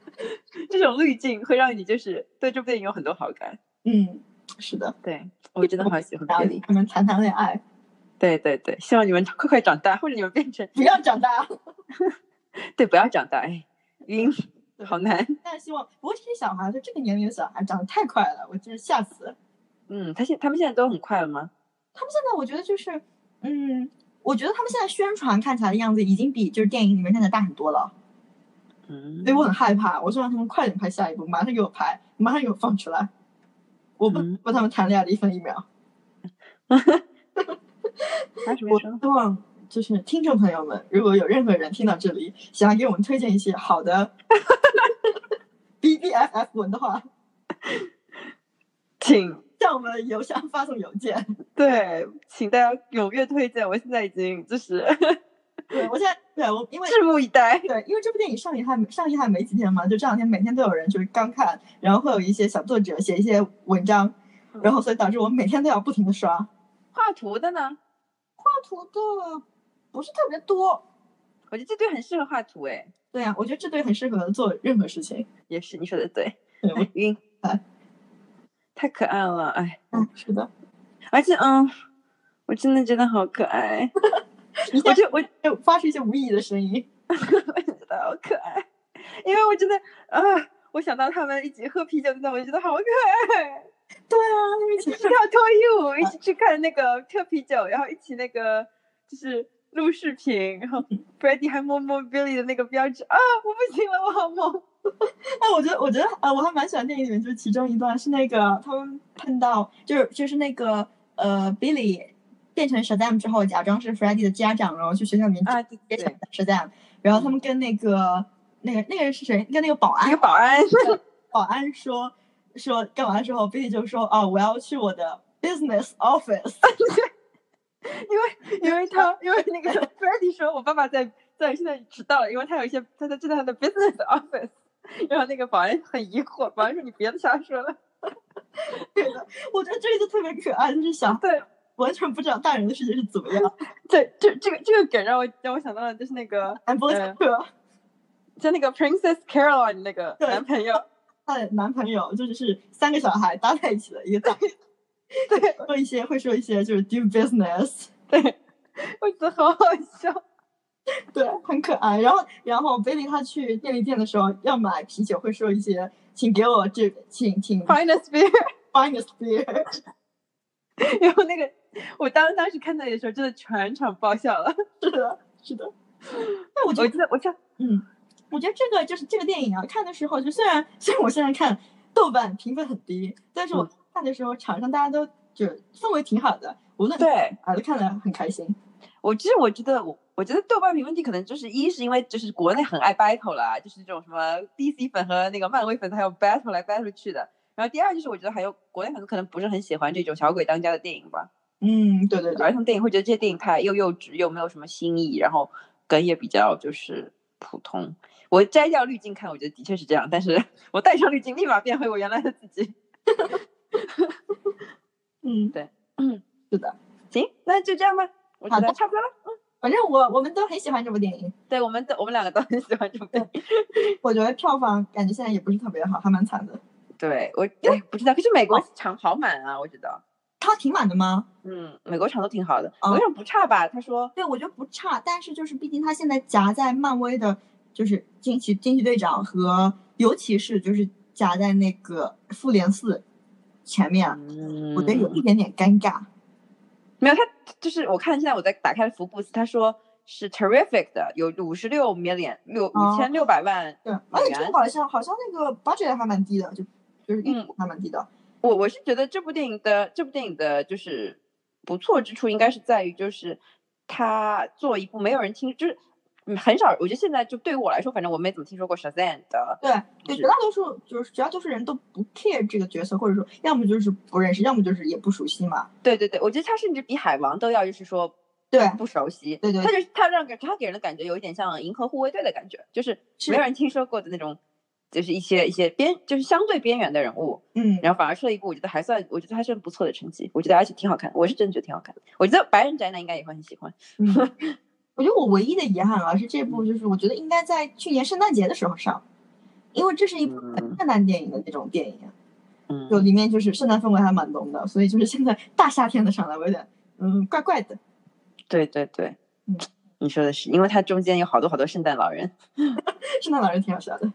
Speaker 1: 这种滤镜会让你就是对这部电影有很多好感。
Speaker 2: 嗯，是的。
Speaker 1: 对，我真的好喜欢
Speaker 2: 然后
Speaker 1: 贝利。
Speaker 2: 他们谈谈恋爱，
Speaker 1: 对对对，希望你们快快长大，或者你们变成
Speaker 2: 不要长大。
Speaker 1: 对，不要长大，哎，晕，好难。
Speaker 2: 但希望，不过这些小孩，就这个年龄的小孩长得太快了，我真是吓死。
Speaker 1: 嗯，他现他们现在都很快了吗？
Speaker 2: 他们现在我觉得就是，嗯，我觉得他们现在宣传看起来的样子已经比就是电影里面看起来大很多了，
Speaker 1: 嗯，
Speaker 2: 所以我很害怕。我希望他们快点拍下一部，马上给我拍，马上给我放出来。我不
Speaker 1: 嗯
Speaker 2: 和他们谈恋爱的一分一秒。
Speaker 1: 还是没
Speaker 2: 我
Speaker 1: 说。
Speaker 2: 希望就是听众朋友们，如果有任何人听到这里，想要给我们推荐一些好的 B B F F 文的话，
Speaker 1: 请
Speaker 2: 向我们的邮箱发送邮件。
Speaker 1: 对，请大家踊跃推荐，我现在已经就是
Speaker 2: 对我现在对我因为
Speaker 1: 拭目以待。
Speaker 2: 对，因为这部电影上映还上映还没几天嘛，就这两天每天都有人就是刚看，然后会有一些小作者写一些文章，然后所以导致我每天都要不停的刷。画
Speaker 1: 画图的呢，
Speaker 2: 图的不是特别多。
Speaker 1: 我觉得这对很适合画图，哎，
Speaker 2: 对啊呀、我觉得这对很适合做任何事情。
Speaker 1: 也是你说的对，
Speaker 2: 对， 我
Speaker 1: 晕
Speaker 2: 哎，
Speaker 1: 太可爱了，哎，
Speaker 2: 嗯，是的。
Speaker 1: 而且嗯，我真的觉得好可爱，
Speaker 2: 你
Speaker 1: 我
Speaker 2: 现在
Speaker 1: 就我
Speaker 2: 就发出一些无意义的声音。
Speaker 1: 我觉得好可爱，因为我真的啊，我想到他们一起喝啤酒的那，我就觉得好可爱。
Speaker 2: 对啊，因为
Speaker 1: 一起
Speaker 2: 其实
Speaker 1: 跳脱衣舞，一起去看那个跳啤酒，然后一起那个就是录视频，然后 Brady 还摸摸 Billy 的那个标志啊，我不行了，我好萌，
Speaker 2: 哎，我觉得，我觉得，呃，我还蛮喜欢电影里面，就是其中一段是那个他们碰到，就是就是那个呃，Billy 变成 Shazam 之后，假装是 Freddy 的家长，然后去学校里面
Speaker 1: 啊，对
Speaker 2: 接
Speaker 1: 对，
Speaker 2: 小 Shazam，然后他们跟那个那个那个人是谁？跟那个保
Speaker 1: 一
Speaker 2: 安
Speaker 1: 个保安，
Speaker 2: 保安说说干嘛的时候，Billy 就说哦，我要去我的 business office。
Speaker 1: 因为他因为那个 Freddy 说，我爸爸在在现在迟到了，因为他有一些他在正在他的 business office。然后那个保安很疑惑，保安说：“你别瞎说了。
Speaker 2: 我觉得这个就特别可爱，就是小”
Speaker 1: 对，
Speaker 2: 完全不知道大人的世界是怎么样。
Speaker 1: 这这这个这个梗让我让我想到了，就是那个
Speaker 2: 安波
Speaker 1: 嗯
Speaker 2: 特
Speaker 1: 就那个 Princess Caroline 那个
Speaker 2: 对
Speaker 1: 男朋友，
Speaker 2: 她的男朋友就是是三个小孩搭在一起的一个大，
Speaker 1: 对，
Speaker 2: 说一些会说一些就是 do business，
Speaker 1: 我觉得好好笑。
Speaker 2: 对，很可爱。然后然后 Billy 他去便利店的时候要买啤酒，会说一些请给我这请请
Speaker 1: Finest beer，
Speaker 2: finest beer。
Speaker 1: 然后那个我当当时看到的时候，真的全场爆笑了。
Speaker 2: 是的，是的。 那我觉
Speaker 1: 我
Speaker 2: 得
Speaker 1: 记得我记得
Speaker 2: 嗯，我觉得这个就是这个电影啊，看的时候就虽然虽然我现在看豆瓣评分很低，但是我
Speaker 1: 嗯
Speaker 2: 看的时候场上大家都就氛围挺好的，无论
Speaker 1: 对
Speaker 2: 啊都看得很开心。
Speaker 1: 我其实我觉得我我觉得豆瓣评分低，可能就是一是因为就是国内很爱 battle 啦，就是这种什么 DC 粉和那个漫威粉还有 battle 来 battle 去的。然后第二就是我觉得还有国内很多可能不是很喜欢这种小鬼当家的电影吧，
Speaker 2: 嗯，对对对
Speaker 1: 儿童电影会觉得这些电影太又幼稚又没有什么新意，然后梗也比较就是普通。我摘掉滤镜看，我觉得的确是这样，但是我戴上滤镜立马变回我原来的自己。
Speaker 2: 嗯
Speaker 1: 对，
Speaker 2: 嗯，是的，
Speaker 1: 行，那就这样吧，我觉
Speaker 2: 好
Speaker 1: 得
Speaker 2: 的
Speaker 1: 差不多了。
Speaker 2: 反正我我们都很喜欢这部电影，
Speaker 1: 对，我们都我们两个都很喜欢这部电影。
Speaker 2: 我觉得票房感觉现在也不是特别好，还蛮惨的。
Speaker 1: 对我，哎，不知道，可是美国场好满啊，我觉得，
Speaker 2: 它挺满的吗？
Speaker 1: 嗯，哦美国场都挺好的，
Speaker 2: 嗯
Speaker 1: 美国场不差吧？他说，
Speaker 2: 对，我觉得不差，但是就是毕竟它现在夹在漫威的，就是惊奇惊奇队长和尤其是就是夹在那个复联四前面，啊
Speaker 1: 嗯，
Speaker 2: 我觉得有一点点尴尬。
Speaker 1: 没有他，就是我看现在我在打开了福布斯，他说是 terrific 的，有五十六 million 六
Speaker 2: 哦
Speaker 1: 五千六百万。
Speaker 2: 对，而且这
Speaker 1: 元
Speaker 2: 个好像好像那个 budget 还蛮低的，就就是预
Speaker 1: 嗯
Speaker 2: 估还蛮低的。
Speaker 1: 我我是觉得这部电影的这部电影的就是不错之处，应该是在于就是他做一部没有人听，就是嗯很少，我觉得现在就对于我来说，反正我没怎么听说过 Shazam 的，
Speaker 2: 对，对，
Speaker 1: 是
Speaker 2: 绝大多数就是绝大多数人都不 care 这个角色，或者说要么就是不认识，要么就是也不熟悉嘛。
Speaker 1: 对对对，我觉得他甚至比海王都要就是说
Speaker 2: 对，
Speaker 1: 不熟悉，
Speaker 2: 对对
Speaker 1: 他就是他让给他给人的感觉有一点像银河护卫队的感觉，就是
Speaker 2: 是
Speaker 1: 没有人听说过的那种，就是一些一些边就是相对边缘的人物，
Speaker 2: 嗯，
Speaker 1: 然后反而出了一部我觉得还算我觉得还算不错的成绩，我觉得而且挺好看，我是真的觉得挺好看的，我觉得白人宅男应该也会很喜欢。
Speaker 2: 嗯， 我觉得我唯一的遗憾啊是这
Speaker 1: 嗯
Speaker 2: 部，就是我觉得应该在去年圣诞节的时候上，因为这是一部
Speaker 1: 嗯
Speaker 2: 圣诞电影的那种电影，啊
Speaker 1: 嗯
Speaker 2: 就里面就是圣诞氛围还蛮浓的，所以就是现在大夏天的上来，我有点嗯怪怪的。
Speaker 1: 对对对，
Speaker 2: 嗯
Speaker 1: 你说的是，因为它中间有好多好多圣诞老人。
Speaker 2: 圣诞老人挺好笑的。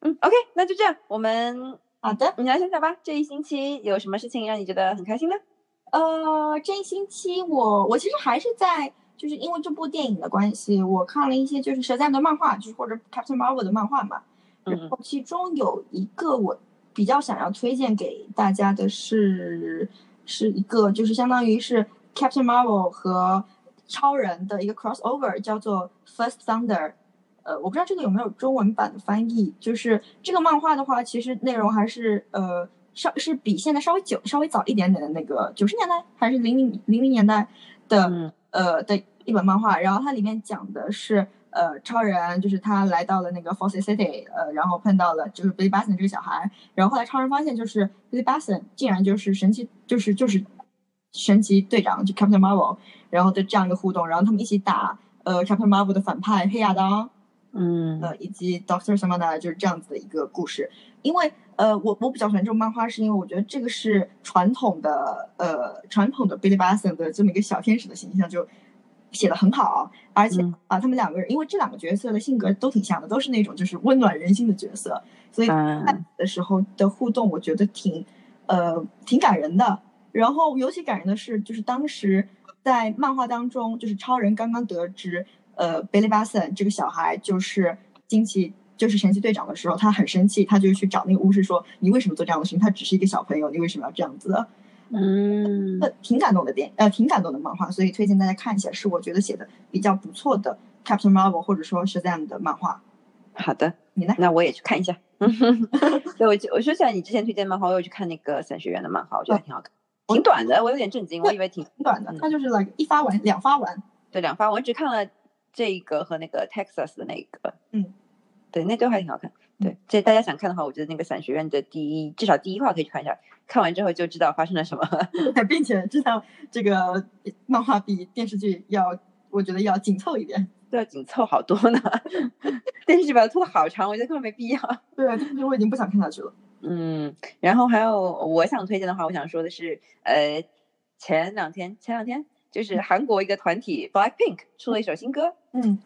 Speaker 1: 嗯，OK，那就这样，我们
Speaker 2: 好的，
Speaker 1: 你来想想吧，这一星期有什么事情让你觉得很开心呢？
Speaker 2: 呃，这一星期我我其实还是在，就是因为这部电影的关系，我看了一些就是蛇战的漫画，就是或者 Captain Marvel 的漫画嘛。然
Speaker 1: 嗯
Speaker 2: 后其中有一个我比较想要推荐给大家的是，是一个就是相当于是 Captain Marvel 和超人的一个 crossover，叫做 First Thunder。呃，我不知道这个有没有中文版的翻译。就是这个漫画的话，其实内容还是呃稍是比现在稍微久、稍微早一点点的那个九十年代还是零零零零年代的、
Speaker 1: 嗯
Speaker 2: 呃的一本漫画，然后它里面讲的是呃超人，就是他来到了那个 f o r c e City，呃，然后碰到了就是 Billy Batson 这个小孩，然后后来超人发现就是 Billy Batson 竟然就是神奇，就是就是神奇队长就 Captain Marvel，然后的这样一个互动，然后他们一起打呃 Captain Marvel 的反派黑亚当，
Speaker 1: 嗯
Speaker 2: 呃，以及 Doctor 什么的，就是这样子的一个故事。因为呃，我我比较喜欢这种漫画，是因为我觉得这个是传统的呃传统的 Billy Batson 的这么一个小天使的形象，就写的很好。而且
Speaker 1: 嗯
Speaker 2: 啊、他们两个人，因为这两个角色的性格都挺像的，都是那种就是温暖人心的角色，所以在
Speaker 1: 嗯
Speaker 2: 的时候的互动，我觉得挺呃挺感人的。然后尤其感人的是，就是当时在漫画当中，就是超人刚刚得知，呃，Billy Batson 这个小孩就是惊奇就是神奇队长的时候，他很生气，他就去找那个巫师说：“你为什么做这样的事情？他只是一个小朋友，你为什么要这样子？”
Speaker 1: 嗯
Speaker 2: 呃，挺感动的电，呃，挺感动的漫画，所以推荐大家看一下，是我觉得写的比较不错的 Captain Marvel 或者说 Shazam 的漫画。
Speaker 1: 好的，
Speaker 2: 你呢？
Speaker 1: 那我也去看一下。 对，我就我说起来，你之前推荐漫画，我有去看那个《伞学园》的漫画，我
Speaker 2: 哦
Speaker 1: 觉得还挺好看，挺短的，我有点震惊，我以为挺
Speaker 2: 挺短的
Speaker 1: 嗯，
Speaker 2: 它就是 like 一发完两发完，
Speaker 1: 对两发，我只看了这一个和那个 Texas 的那一个，
Speaker 2: 嗯，
Speaker 1: 对，那都还挺好看。对，这大家想看的话，我觉得那个《伞学院》的第一，至少第一话可以去看一下，看完之后就知道发生了什么。
Speaker 2: 并且知道这个漫画比电视剧要，我觉得要紧凑一点。
Speaker 1: 都要紧凑好多呢， 电视剧把它拖得好长，我觉得根本没必要。
Speaker 2: 对，啊但是我已经不想看下去了。
Speaker 1: 嗯，然后还有我想推荐的话，我想说的是，呃，前两天前两天就是韩国一个团体 Blackpink 出了一首新歌，
Speaker 2: 嗯，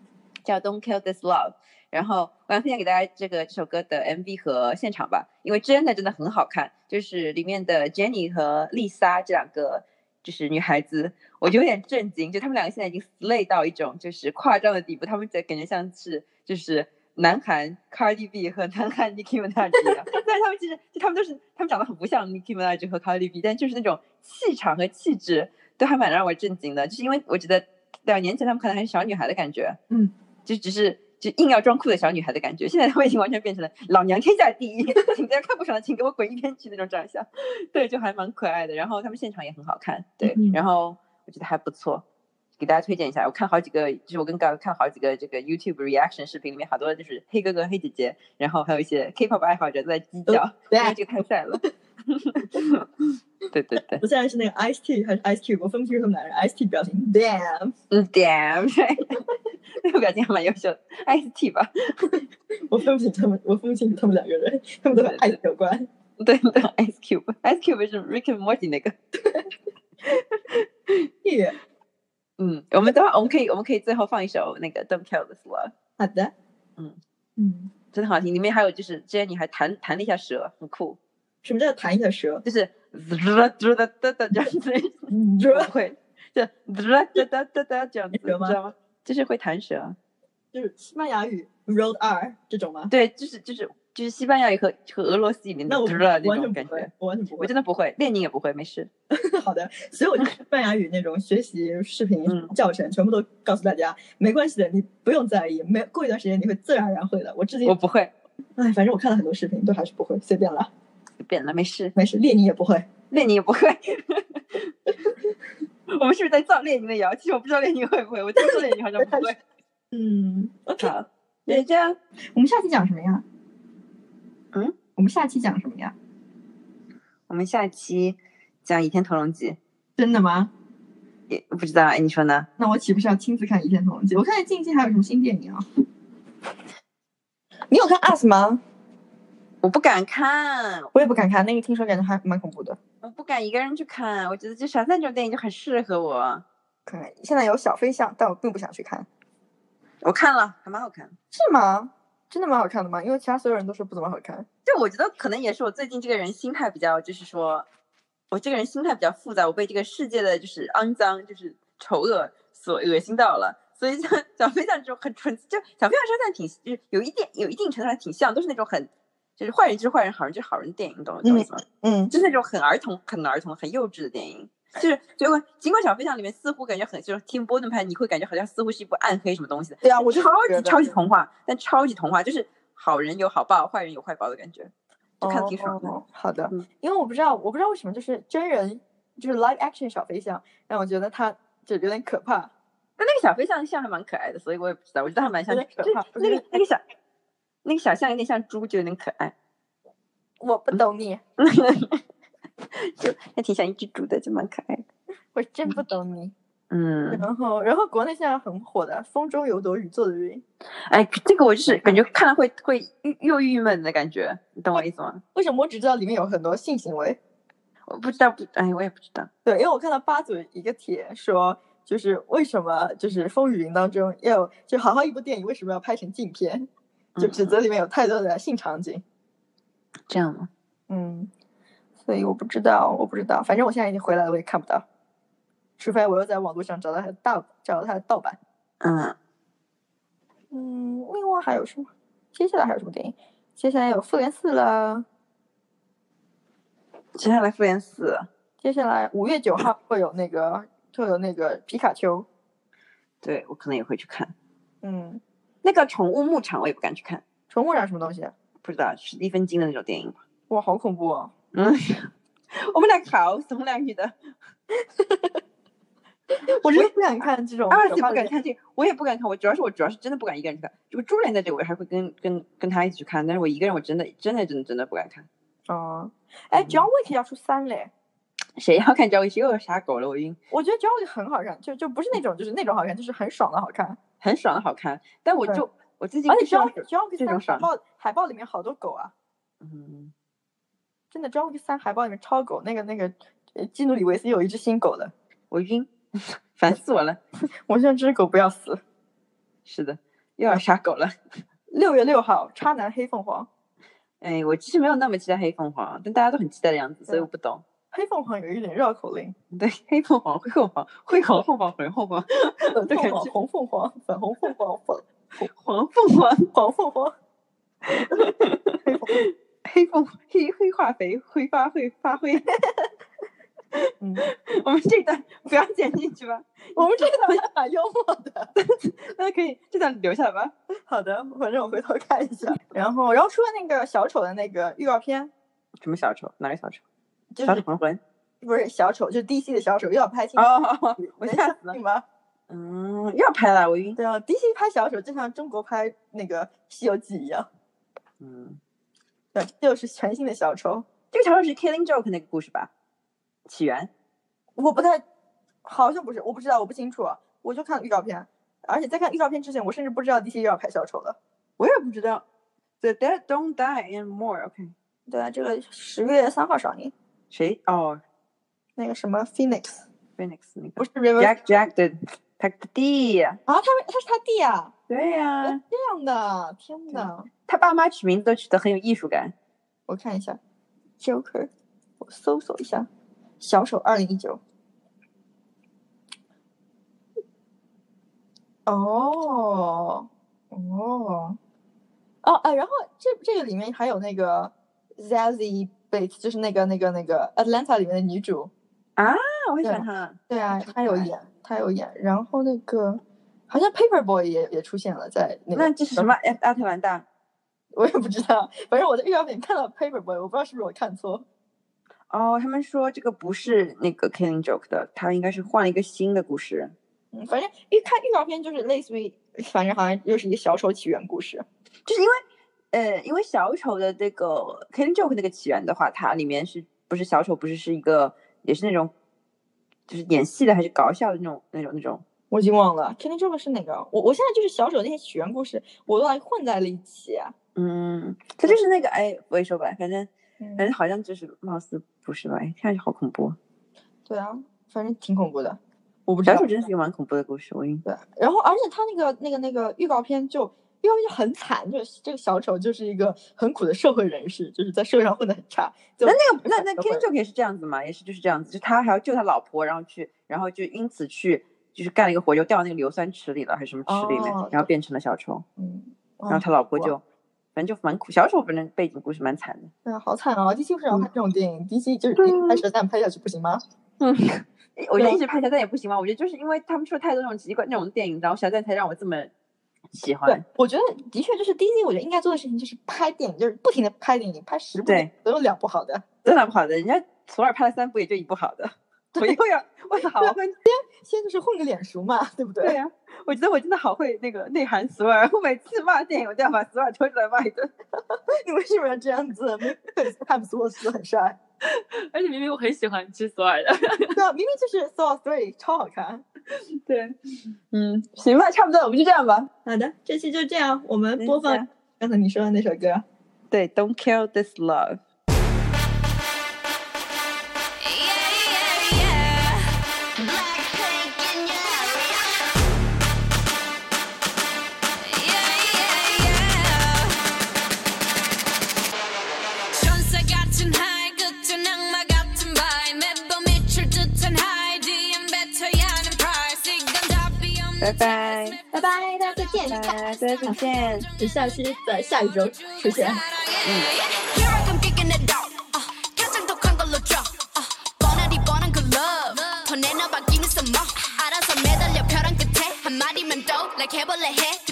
Speaker 1: 叫《Don't Kill This Love》，然后我想推荐给大家这个这首歌的 MV 和现场吧，因为真的真的很好看，就是里面的 Jennie 和丽莎这两个就是女孩子，我就有点震惊，就她们两个现在已经 slay 到一种就是夸张的地步，她们在感觉像是就是南韩 Cardi B 和南韩 Nicki Minaj 一样， 但是她们其实就她们都是她们长得很不像 Nicki Minaj 和 Cardi B，但就是那种气场和气质都还蛮让我震惊的，就是因为我觉得两年前她们可能还是小女孩的感觉，
Speaker 2: 嗯，
Speaker 1: 就只是。就硬要装酷的小女孩的感觉，现在她们已经完全变成了老娘天下第一， 请大家看不爽的请给我滚一边去那种长相。 对，就还蛮可爱的。然后他们现场也很好看，对，
Speaker 2: 嗯
Speaker 1: 然后我觉得还不错，给大家推荐一下。我看好几个，就是我跟刚看好几个这个 YouTube reaction 视频，里面好多就是黑哥哥、黑姐姐，然后还有一些 K-pop 爱好者都在鸡叫，
Speaker 2: 呃对
Speaker 1: 因为这个太帅了。 对对对，
Speaker 2: 我现在是那个 Ice T 还是 Ice Cube，我分不清楚哪人 Ice T 表情，damn，
Speaker 1: 嗯，damn，那个表情还蛮优秀的，S T 吧，
Speaker 2: 我分不清他们，我分不清楚他们两个人，他们都和
Speaker 1: 对
Speaker 2: Ice 有关。
Speaker 1: 对对，Ice Cube，Ice Cube 是 Rick and Morty 那个。
Speaker 2: 耶
Speaker 1: 嗯，我们等会儿我们可以我们可以最后放一首那个 Don't Kill This Love。
Speaker 2: 好的，
Speaker 1: 嗯
Speaker 2: 嗯，
Speaker 1: 真的好听，里面还有就是之前你还弹弹了一下蛇，很酷，
Speaker 2: 什么叫弹一下蛇？
Speaker 1: 就是滋啦滋啦哒哒这样子，
Speaker 2: 嗯，
Speaker 1: 我会，就滋啦哒哒哒哒这样子，你知
Speaker 2: 蛇吗
Speaker 1: 道吗？就是会弹蛇，
Speaker 2: 就是西班牙语 Road R 这种吗？
Speaker 1: 对，就是就是就是西班牙语和和俄罗斯语里面
Speaker 2: 那
Speaker 1: 的
Speaker 2: 我
Speaker 1: 滋啦那
Speaker 2: 完
Speaker 1: 种
Speaker 2: 全
Speaker 1: 感
Speaker 2: 不会
Speaker 1: 觉，，
Speaker 2: 我完全不
Speaker 1: 我
Speaker 2: 会。
Speaker 1: 真的不会，练你也不会，没事。
Speaker 2: 好的，所 以我就西班牙语那种学习视频
Speaker 1: 嗯
Speaker 2: 教程，全部都告诉大家，没关系的，你不用在意，没过一段时间你会自然而然会的。我至今
Speaker 1: 我，不会，
Speaker 2: 哎，反正我看了很多视频，都还是不会，随便了，
Speaker 1: 随便了，没事，
Speaker 2: 没事，列宁也不会。
Speaker 1: 练你也不会。 我们是不是在造列宁的谣？其实我不知道列宁会不会，我听说列宁好像不 会。
Speaker 2: 嗯，
Speaker 1: 好，那这样，
Speaker 2: 我们下期讲什么呀？
Speaker 1: 嗯，
Speaker 2: 我们下期讲什么呀？
Speaker 1: 我们下期讲《倚天屠龙记》。
Speaker 2: 真的吗？
Speaker 1: 也不知道，哎，你说呢？
Speaker 2: 那我岂不是要亲自看《倚天屠龙记》？我看近期还有什么新电影啊？你有看《Us》吗？
Speaker 1: 我不敢看，
Speaker 2: 我也不敢看，那个听说感觉还蛮恐怖的。
Speaker 1: 我不敢一个人去看。我觉得就闪散这种电影就很适合我。
Speaker 2: 可以，现在有小飞象，但我并不想去看。
Speaker 1: 我看了，还蛮好看。
Speaker 2: 是吗？真的蛮好看的吗？因为其他所有人都说不怎么好看。
Speaker 1: 就我觉得可能也是我最近这个人心态比较，就是说，我这个人心态比较复杂，我被这个世界的就是肮脏、就是丑恶所恶心到了。所以像小飞象这种很纯，就小飞象身上挺，就是有一点有一定程度上挺像，都是那种很，就是坏人就是坏人，好人就是好人电影，你懂我懂我意思吗？
Speaker 2: 嗯，
Speaker 1: 就是那种很儿童、很儿童、很幼稚的电影。就是结果，尽管《小飞象》里面似乎感觉很就是 Tim Burton 拍，你会感觉好像似乎是一部暗黑什么东西的，
Speaker 2: 对啊，我就
Speaker 1: 超
Speaker 2: 觉
Speaker 1: 级
Speaker 2: 得
Speaker 1: 超级童话，但超级童话就是好人有好报，坏人有坏报的感觉，就看的挺爽的。
Speaker 2: 哦好的
Speaker 1: 嗯，
Speaker 2: 因为我不知道，我不知道为什么就是真人就是 live action 小飞象，让我觉得它就有点可怕。
Speaker 1: 但那个小飞象像还蛮可爱的，所以我也不知道，我觉得还蛮像，
Speaker 2: 有
Speaker 1: 就
Speaker 2: 点可
Speaker 1: 是
Speaker 2: 怕
Speaker 1: 那
Speaker 2: 有
Speaker 1: 个
Speaker 2: 点
Speaker 1: 那个小那个小象有点像猪，就有点可 爱，
Speaker 2: 我不懂你，
Speaker 1: 就还挺像一只猪的，就蛮可爱的。
Speaker 2: 我真不懂你。
Speaker 1: 嗯，
Speaker 2: 然后，然后国内现在很火的《风中有朵雨做的云》，
Speaker 1: 哎，这个我就是感觉看了会会郁又郁闷的感觉，你懂我意思吗？
Speaker 2: 为什么我只知道里面有很多性行为？
Speaker 1: 我不知道不，哎，我也不知道。
Speaker 2: 对，因为我看到八组一个帖说，就是为什么就是《风雨云》当中要就好好一部电影为什么要拍成禁片？就指责里面有太多的性场景。
Speaker 1: 这样吗？
Speaker 2: 嗯，所以我不知道，我不知道，反正我现在已经回来了，我也看不到，除非我又在网络上找到它的盗，找到它的盗版。
Speaker 1: 嗯，
Speaker 2: 嗯，另外还有什么？接下来还有什么电影？接下来有《复联四》了，
Speaker 1: 接下来复联四，
Speaker 2: 接下来五月九号会有那个会有那个皮卡丘，
Speaker 1: 对我可能也会去看。
Speaker 2: 嗯，
Speaker 1: 那个宠物牧场我也不敢去看，
Speaker 2: 宠物染什么东西？啊
Speaker 1: 不知道史蒂芬金的那种电影吧。
Speaker 2: 哇，好恐怖哦！
Speaker 1: 嗯， 我们俩考，我们俩女的，
Speaker 2: 我真的不敢看这种
Speaker 1: 二
Speaker 2: 可
Speaker 1: 次
Speaker 2: 怕
Speaker 1: 不
Speaker 2: 的
Speaker 1: 敢
Speaker 2: 电
Speaker 1: 看这个，我也不敢看。我主要是我主要是真的不敢一个人去看。这个朱莲在这个，我还会跟跟跟他一起去看，但是我一个人我真的真的真的真的不敢看。
Speaker 2: 影哦。哎
Speaker 1: 嗯
Speaker 2: ，John Wick 要出三嘞，
Speaker 1: 谁要看《交易又有啥狗了？我晕，
Speaker 2: 我觉得 John Wick 很好看，就就不是那种就是那种好看，就是很爽的好看。
Speaker 1: 很爽的好看，但我
Speaker 2: 对
Speaker 1: 就我最近
Speaker 2: 而且
Speaker 1: 不哦知道是
Speaker 2: John John Wick
Speaker 1: 这种
Speaker 2: 三海
Speaker 1: 爽
Speaker 2: 报海报里面好多狗啊，
Speaker 1: 嗯，
Speaker 2: 真的 John Wick 三海报里面超狗，那个那个呃基努里维斯有一只新狗的，
Speaker 1: 我晕， 烦死我了。
Speaker 2: 我希望这只狗不要死。
Speaker 1: 是的，又要杀狗了。
Speaker 2: 六月六号，《渣男黑凤凰》，
Speaker 1: 哎，我其实没有那么期待黑凤凰，但大家都很期待的样子，所以我不懂。
Speaker 2: 黑凤凰有一点绕口令，
Speaker 1: 对，黑凤凰、灰凤凰、灰红凤凰、粉凤凰、
Speaker 2: 粉
Speaker 1: 对
Speaker 2: 凤凰、
Speaker 1: 这
Speaker 2: 红凤凰、粉红凤凰、粉
Speaker 1: 黄凤凰、
Speaker 2: 黄凤凰。黑凤凰
Speaker 1: 黑凤凰 黑黑化肥挥发会发灰。
Speaker 2: 嗯，
Speaker 1: 我们这段不要剪进去吧，
Speaker 2: 我们这个要蛮幽默的。
Speaker 1: 那可以这段留下吧。
Speaker 2: 好的，反正我回头看一下。然后，然后出了那个小丑的那个预告片，
Speaker 1: 什么小丑？哪个小丑？
Speaker 2: 就
Speaker 1: 小丑
Speaker 2: 是
Speaker 1: 还魂。
Speaker 2: 不是小丑，就是 DC 的小丑，又要拍新。
Speaker 1: 哦，我
Speaker 2: 能
Speaker 1: 吓
Speaker 2: 相
Speaker 1: 死了。
Speaker 2: 信吗？
Speaker 1: 嗯，要拍了，我晕。
Speaker 2: 对啊，DC 拍小丑就像中国拍那个《西游记》一样，
Speaker 1: 嗯，
Speaker 2: 对，又是全新的小丑。
Speaker 1: 这个小丑是 Killing Joke 那个故事吧？起源。
Speaker 2: 我不太，好像不是，我不知道，我不清楚啊，我就看了预告片，而且在看预告片之前，我甚至不知道 DC 又要拍小丑了。
Speaker 1: 我也不知道。The dead don't die anymore. OK，
Speaker 2: 对啊，这个十月三号上映，
Speaker 1: 谁？哦
Speaker 2: 那个什么 Phoenix
Speaker 1: ，Phoenix 那个
Speaker 2: 不是 River 啊
Speaker 1: Jack Jack 的他的弟。
Speaker 2: 啊，他们他是他弟啊，
Speaker 1: 对呀、
Speaker 2: 这样的，天哪！
Speaker 1: 他爸妈取名字都取得很有艺术感。
Speaker 2: 我看一下 Joker，我搜索一下小丑二零一九。哦，哦，哦，哎，然后这这个里面还有那个 Zazie Bates，就是那个那个那个 Atlanta 里面的女主，
Speaker 1: 啊，我很喜欢
Speaker 2: 对
Speaker 1: 他。
Speaker 2: 对啊，
Speaker 1: 超
Speaker 2: 她有
Speaker 1: 可爱
Speaker 2: 演，她有演，然后那个好像 Paperboy 也也出现了在那个，
Speaker 1: 那这是什么？？阿阿特兰大？
Speaker 2: 我也不知道，反正我在预告片看到 Paperboy，我不知道是不是我看错。
Speaker 1: 哦，他们说这个不是那个 Killing Joke 的，他应该是换了一个新的故事。
Speaker 2: 嗯，反正一看预告片就是类似于，反正好像又是一个小丑起源故事。
Speaker 1: 就是因为，呃，因为小丑的这个 Killing Joke 那个起源的话，它里面是不是小丑不是是一个也是那种，就是演戏的还是搞笑的那种那种那种
Speaker 2: 我已经忘了 k i l l i n Joke 是哪个？我我现在就是小丑那些起源故事，我都来混在了一起。
Speaker 1: 嗯，他就是那个哎，不会说吧，反正
Speaker 2: 嗯
Speaker 1: 反正好像就是貌似不是吧，哎看上去好恐怖。
Speaker 2: 对啊，反正挺恐怖的。我不知
Speaker 1: 小
Speaker 2: 道
Speaker 1: 丑。真是一个蛮恐怖的故事，我晕。
Speaker 2: 对，然后而且他那个那个那个预告片就预告片就很惨，就是这个小丑就是一个很苦的社会人士，就是在社会上混得很差。就
Speaker 1: 那那个那那
Speaker 2: 社
Speaker 1: Killing
Speaker 2: 会
Speaker 1: Joke 也是这样子嘛，也是就是这样子，就他还要救他老婆，然后去，然后就因此去就是干了一个活，就掉到那个硫酸池里了，还是什么池里面，
Speaker 2: 哦
Speaker 1: 然后变成了小丑，
Speaker 2: 嗯，
Speaker 1: 然后
Speaker 2: 哇，
Speaker 1: 他老婆
Speaker 2: 哇
Speaker 1: 就，反正就蛮苦，小丑反正背景故事蛮惨的。
Speaker 2: 对啊，好惨啊！DC 为什么要拍这种电影？DC 就是
Speaker 1: 嗯对
Speaker 2: 一开始但拍下去不行吗？
Speaker 1: 嗯，我觉得
Speaker 2: 对
Speaker 1: 一直拍下蛋也不行嘛，我觉得就是因为他们出了太多那种奇怪那种电影，然后小蛋才让我这么喜
Speaker 2: 对
Speaker 1: 欢。，
Speaker 2: 我觉得的确就是 DC，我觉得应该做的事情就是拍电影，就是不停的拍电影，拍十部
Speaker 1: 对
Speaker 2: 电影总有两部好的。
Speaker 1: 真的不好的，人家索尔拍了三部，也就一部好的。我又要，我好会，
Speaker 2: 先就是混个脸熟嘛，对不对？
Speaker 1: 对呀、啊我觉得我真的好会那个内涵索尔。我每次骂电影，我都要把索尔抽出来骂一顿，
Speaker 2: 你为什么要这样子？明明汉姆斯沃斯很帅，
Speaker 4: 而且明明我很喜欢吃索尔的，
Speaker 2: 对啊，明明就是《Saw Three》超好看。
Speaker 1: 对，嗯，行吧，差不多，我们就这样吧。
Speaker 5: 好的，这期就这样，我们
Speaker 1: 嗯
Speaker 5: 播
Speaker 1: 这
Speaker 5: 放
Speaker 1: 样
Speaker 2: 刚才你说的那首歌，
Speaker 1: 对，Don't kill this love。
Speaker 3: 천사 같은 하이 끝은 악마 같은 바위 매번 미칠 듯한 하이 뒤엔 뱉어야 하는 price 이건 답이 없는
Speaker 1: 拜拜，
Speaker 2: 拜拜，大家再见。
Speaker 1: 拜拜，大家再见。
Speaker 2: 只下期在下一周出现。
Speaker 3: 음. Here I come kicking it down. Uh, 결정도 큰 걸로 draw. Uh, 뻔하디 뻔한 그 love. 더 내놔, 바뀌는 some more. 알아서 매달려 벼랑 끝에. 한마디면 또, like 해볼래 그 해.